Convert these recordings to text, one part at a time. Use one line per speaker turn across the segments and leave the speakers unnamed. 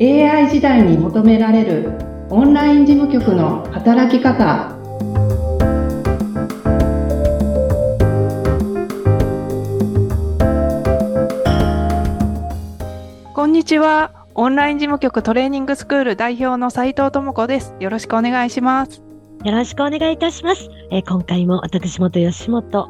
AI 時代に求められるオンライン事務局の働き方
こんにちは。オンライン事務局トレーニングスクール代表の斉藤智子です。よろしくお願いします。
よろしくお願いいたします。えー今回も私元吉本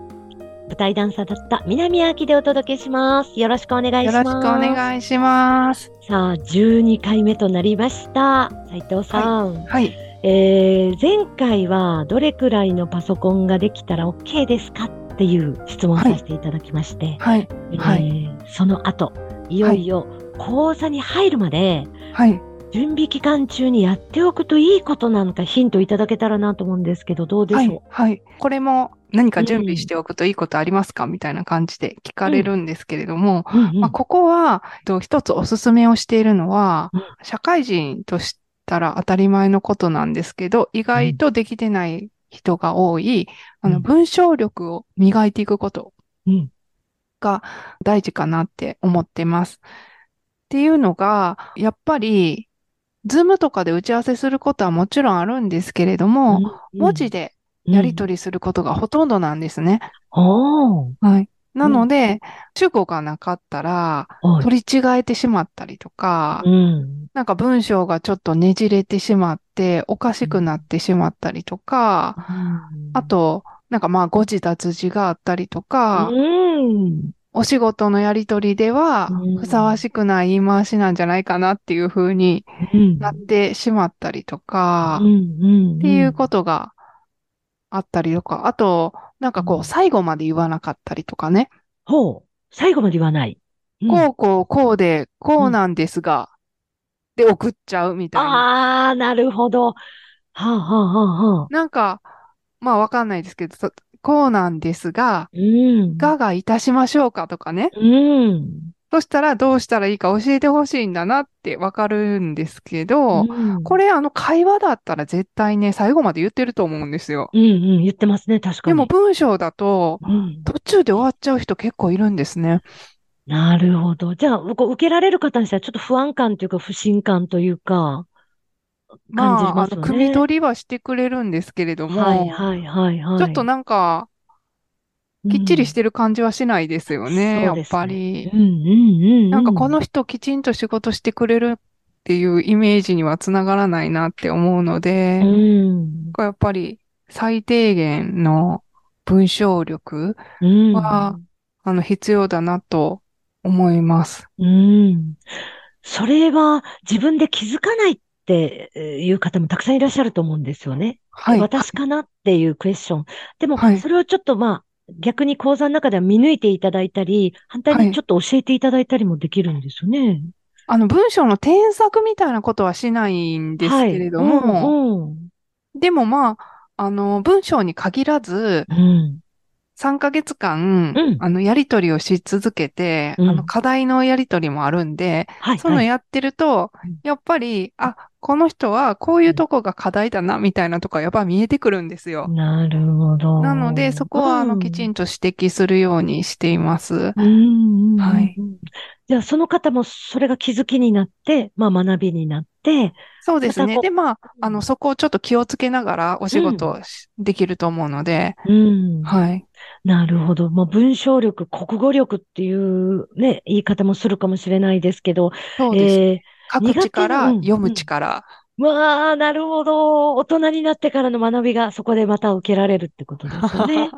舞台ダンサーだった南明でお届けします。よろしくお願い
よ
し
ろ
ま
し
す。
くお願いします。
さあ12回目となりました。斉藤さん、
はい。
えー前回はどれくらいのパソコンができたら OK ですかっていう質問を
はい
させていただきまして、
はい。は
えーその後いよいよ講座に入るまで、
はい。
準備期間中にやっておくといいことなんかヒントいただけたらなと思うんですけどどうでし
は
ょう、
い。はい。これも何か準
う
備
ん
しておくといいことありますかみたいな感じで聞かれるんですけれども、
うんうん
まあ、ここは、えっと一つおすすめをしているのは
うん、
社会人としたら当たり前のことなんですけど、意外とできてない人が多い、あ
う
の、
ん
文章力を磨いていくこと
うん
が大事かなって思ってます。っていうのが、やっぱり、ズームとかで打ち合わせすることはもちろんあるんですけれども、文字でやり取りすることがほとんどなんですね。
り。おー
はい。なので、主語がなかったら、
おい
取り違えてしまったりとか、
うん。
なんか文章がちょっとねじれてしまって、おかしくなってしまったりとか、あ、と、なんかまあ誤字脱字があったりとか
う、ん。
お仕事のやりとりでは
うん
ふさわしくない言い回しなんじゃないかなっていう風に
うん
なってしまったりとか、
ん。
っていうこととがあったりとか、あと、なんかこ
う
うん最後まで言わなかったりとかね、
ほう。最後まで言わない。うん
こうこうこうで、こうなんですが、で送っちゃうみたいな。
ああ、なるほど。はあ、はあ、はあ、はあ。
なんか、まあわかんないですけど、そこうなんですが、
うん。
ががいたしましょうかとかね。
うん。
そしたらどうしたらいいか教えてほしいんだなってわかるんですけど、
うん
これあの会話だったら絶対ね、最後まで言ってると思うんですよ。
うんうん、言ってますね、確か
で
に。
も、文章だと
うん。
途中で終わっちゃう人結構いるんですね。
なるほど。じゃあ、こう受けられる方にしたら、ちょっと不安感というか、不信感というか、感じ
まあ、
ま
あ
すよ
の、
ね
汲み取りはしてくれるんですけれど
はい、
も、
はい、はい、はい。
ちょっとなんか、きっちりしてる感じはしないですよね、
そ
や
う
っ
ですね
ぱり。
うん、うん、うん、うん。
なんかこの人きちんと仕事してくれるっていうイメージにはつながらないなって思うので、
うん。
これやっぱり最低限の文章力、
うん。
はあの、必要だなと思います。
うん。それは自分で気づかないっていう方もたくさんいらっしゃると思うんですよね。
はい。
私かなっていうクエスチョン。でも
はい、
それをちょっとまあ、逆に講座の中では見抜いていただいたり、反対
はい
にちょっと教えていただいたりもできるんですよね。
あの、文章の添削みたいなことはしないんです
はい。
けれども、
うん、
でもまあ、あの、文章に限らず、
うん。
3ヶ月間
うん、
あの、やりとりをし続けて、あ
うん
の、課題のやりとりもあるんで、
はい、
そういう
は
の
い。
やってると
うん、
やっぱり、あ、この人はこういうとこが課題だな、みたいなとか、やっぱ見えてくるんですよ。
なるほど。
なので、そこは、あの、き
うん
ちんと指摘するようにしています。
うんうんうん
はい
うんじゃあ、その方もそれが気づきになって、まあ学びになって、
そうです
また
ね。
こう
で、まあ、あの、
うん
そこをちょっと気をつけながらお仕事をしできると思うので、
うん。
はい。
なるほど。まあ文章力、国語力っていうね、言い方もするかもしれないですけど、
そうです。
え
書く力、
苦手なうん
読む力。
ー、わあ、なるほど。大人になってからの学びがそこでまた受けられるってこ とですよね。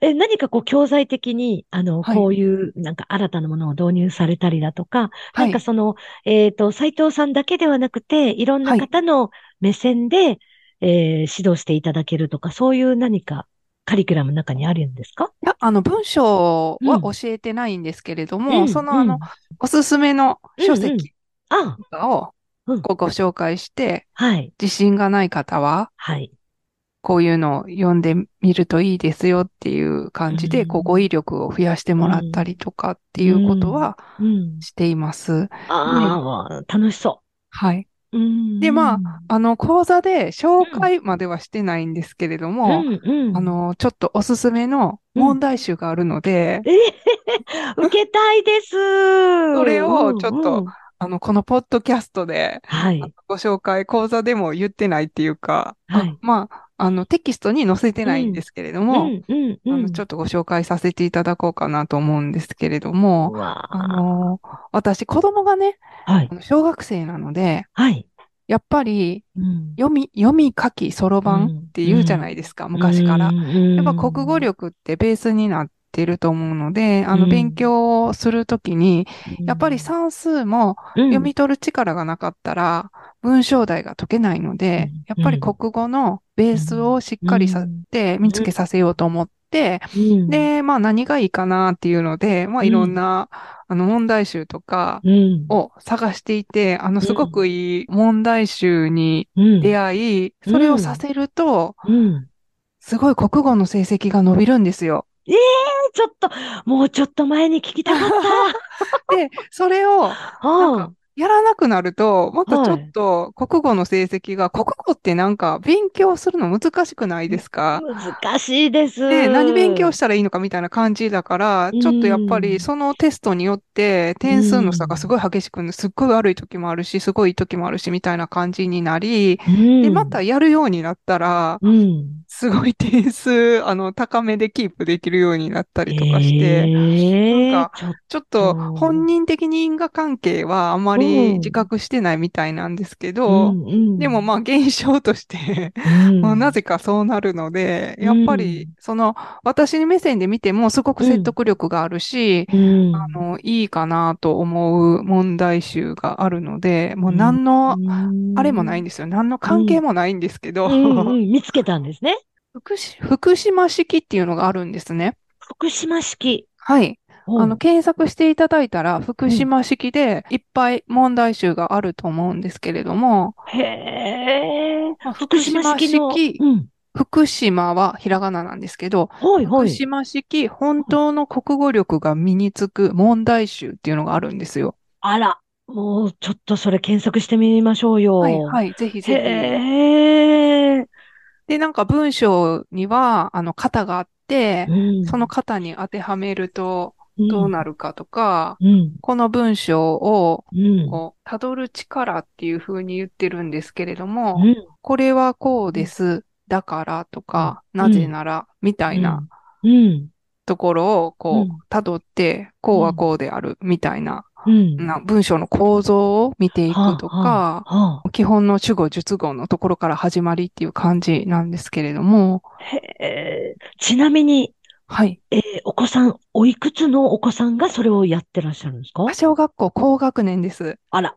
え、何かこう教材的に、あの、
はい
こういうなんか新たなものを導入されたりだとか、
は
なん
い
か。その、えっと、斉藤さんだけではなくて、いろんな方の目線で、えー指導していただけるとか、そういう何かカリキュラムの中にあるんですか
いや、あの、文章
う
は
ん
教えてないんですけれど
う
も、
ん
その、あ
う
の
ん、
おすすめの書籍
あ、
とかを
うん
こうご紹介して、
はい、
自信がない方は、
はい。
こういうのを読んでみるといいですよっていう感じで、
うん
こう、語彙力を増やしてもらったりとかっていうことは
うん。
しています。
ああ、楽しそ
はい。
う。うん。
でまあの、講座で紹介まではしてないんですけれど
う
も、
ん、うん。
あ、の、ちょっとおすすめの問題集があるので、
えへへ受けたいです。
それをちょっと
うんうん
あの、このポッドキャストで、
はい
あの。ご紹介、講座でも言ってないっていうか、あ
はい
まあ、あの、テキストに載せてないんですけれども、
うん、うん、
あ
う
の
ん。
ちょっとご紹介させていただこうかなと思うんですけれども、
わ
あ
あ
の、私、子供がね、
はい
あ。の小学生なので、
はい。
やっぱり、
うん
読み、読み書き、そろばんって言うじゃないですか、昔から。やっぱ国語、力ってベースになってると思うので、あ
う
の、
ん
勉強をするときに、
うん
やっぱり、算数も
うん
読み取る力がなかったら、文章題が解けないので
う
や
ん、
っぱり国語のベースをしっかりさ
うん
て、見つけさせようと思って、
うん、
で、まあ何がいいかなっていうので、まあ
うん
いろんな、あの問題集とか
うん、
を探していて、あのすごくいい問題集に
うん、
出会い、
うん
それをさせると、
うん。
すごい国語の成績が伸びるんですよ。
ちょっと、もうちょっと前に聞きたか った。
で、それ を
うん
なんかやらなくなると、またちょっと国語の成績が、国語ってなんか勉強するの難しくないですか
難しいです。
で、何勉強したらいいのかみたいな感じだから、ちょっとやっぱ
うん
りそのテストによって点数の差がすごい激しく、すっごい悪い時もあるし、すごいいい時もあるし、みたいな感じになり、
うん、
で、またやるようになったら、
うん、
すごい点数、 あの、高めでキープできるようになったりとかし
え
て、
ー
なんか
ちょっ
ちょっと
うん
本人的に因果関係はあまり自覚してないみたいなんですけど、
うんうん
でもまあ現象として、
う ん
まあなぜかそうなるので、
うん
やっぱりその私目線で見てもすごく説得力があるし、
うん
あの、いいかなと思う問題集があるので、もう何
う
の
ん
あれもないんですよ。何の関係もないんですけど、
うんうん見つけたんですね。
福し福島式っていうのがあるんですね。
福島式。
はい。
おう
あの、検索していただいたら、福島式でいっぱい問題集があると思うんですけれども、
へえ。
まあ福
福島
島
式の。
式、
うん。
福島はひらがななんですけど、
はいは
福
い。
島式本当の国語力が身につく問題集っていうのがあるんですよ。
あら。もうちょっとそれ検索してみましょうよ。
はい、はい、ぜひぜひ。
へえ。
で、なんか文章には、あの、型があって、
うん
その型に当てはめるとどうなるかとか、
うん。
この文章を、
うん。
こう、辿る力っていう風に言ってるんですけれども、
うん。
これはこうです。だからとか、なぜなら、みたいな
うん。
ところをこ
う
う、
ん
辿って、こうはこうである、みたいな、
うん。
な文章の構造を見ていくと
は
か、
あはあは
基本の主語、述語のところから始まりっていう感じなんですけれども、
あへえ。ちなみに、
はい。
えーお子さん、おいくつのお子さんがそれをやってらっしゃるんですか
小学校高学年です。
あら。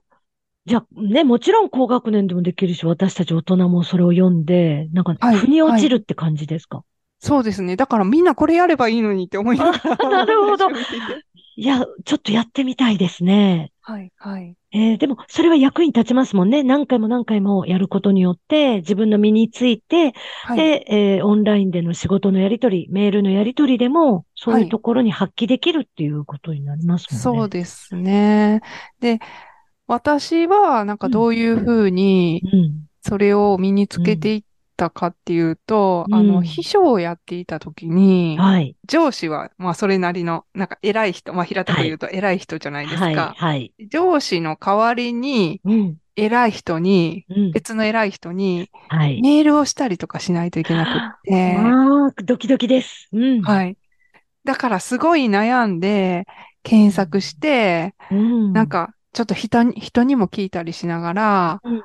じゃあね、もちろん高学年でもできるし、私たち大人もそれを読んで、なんか、
はい
腑に落ちるって感じですか、
そうですね。だからみんなこれやればいいのにって思いながら。
なるほど
話を聞いてて
いや、ちょっとやってみたいですね。
はい、はい。
えーでも、それは役に立ちますもんね。何回も何回もやることによって、自分の身について、
はい。
で、えーオンラインでの仕事のやりとり、メールのやりとりでも、そういうところに発揮できるっていうことになりますもんね。
そうですね。で、私は、なんかどういうふうに
うん。
それを身につけていったかっていうと、
うん
あ
う
の、
ん
秘書をやっていた時に、
はい。
上司は、まあ、それなりの、なんか偉い人、まあ、平たく言うと偉い人じゃないです
はい。
か。
はい。
上司の代わりに、
うん。
偉い人に、
うん。
別の偉い人に、
はい。
メールをしたりとかしないといけなくって、
ああ、ドキドキです。うん。
はい。だから、すごい悩んで、検索して、
うん。
なん、か、ちょっと人に、人にも聞いたりしながら、
うん、う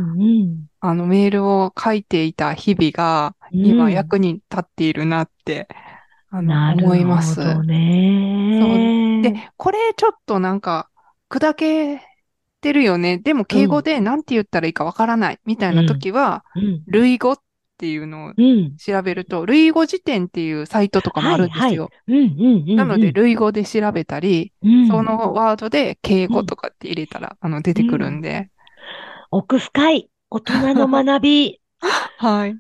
ん。
あの、メールを書いていた日々が、
う
今
ん
役に立っているなって、あの、
なる
思います。
ほどね。
で、これちょっとなんか、砕けてるよね。でも、敬語で何て言ったらいいかわからない、みたいな時は、
うん。
類語っていうのを
うん。
調べると、類語辞典っていうサイトとかもあるんですよ。
うん、うん、うん。
なので、、類語で調べたり、
うん、
そのワードで敬語とかって入れたら、あの、出てくるんで。
奥深い大人の 学び。
はい。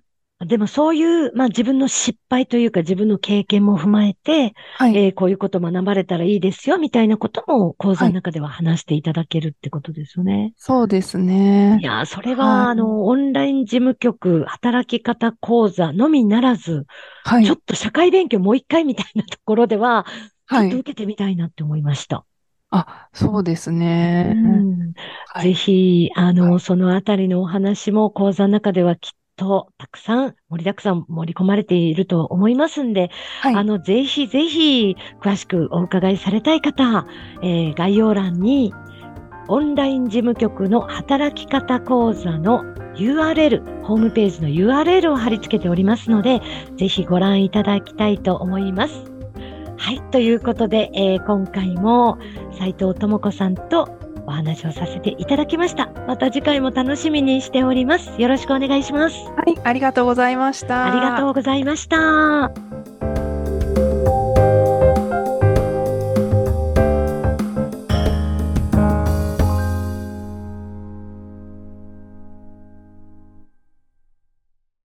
でもそういう、まあ自分の失敗というか自分の経験も踏まえて、
はい。
えーこういうこと学ばれたらいいですよ、みたいなことも講座の中では話していただけるってことですよね。
そうです
い
ね。
やー、それ
はい
は、あの、オンライン事務局働き方講座のみならず、
はい。
ちょっと社会勉強もう一回みたいなところでは、ちょ
は
っと
い。
受けてみたいなって思いました。
あ、そうですね。
うん
は
ぜ
い。
ひ、あ
は
の、そのあたりのお話も講座の中ではきっとたくさん盛りだくさん盛り込まれていると思いますんで、
はい。
あの、ぜひぜひ詳しくお伺いされたい方、えー概要欄にオンライン事務局の働き方講座の URL、ホームページの URL を貼り付けておりますので、ぜひご覧いただきたいと思います。はい、ということで、えー今回も斉藤智子さんとお話をさせていただきました。また次回も楽しみにしております。よろしくお願いします。
はい、ありがとうございました。
ありがとうございました。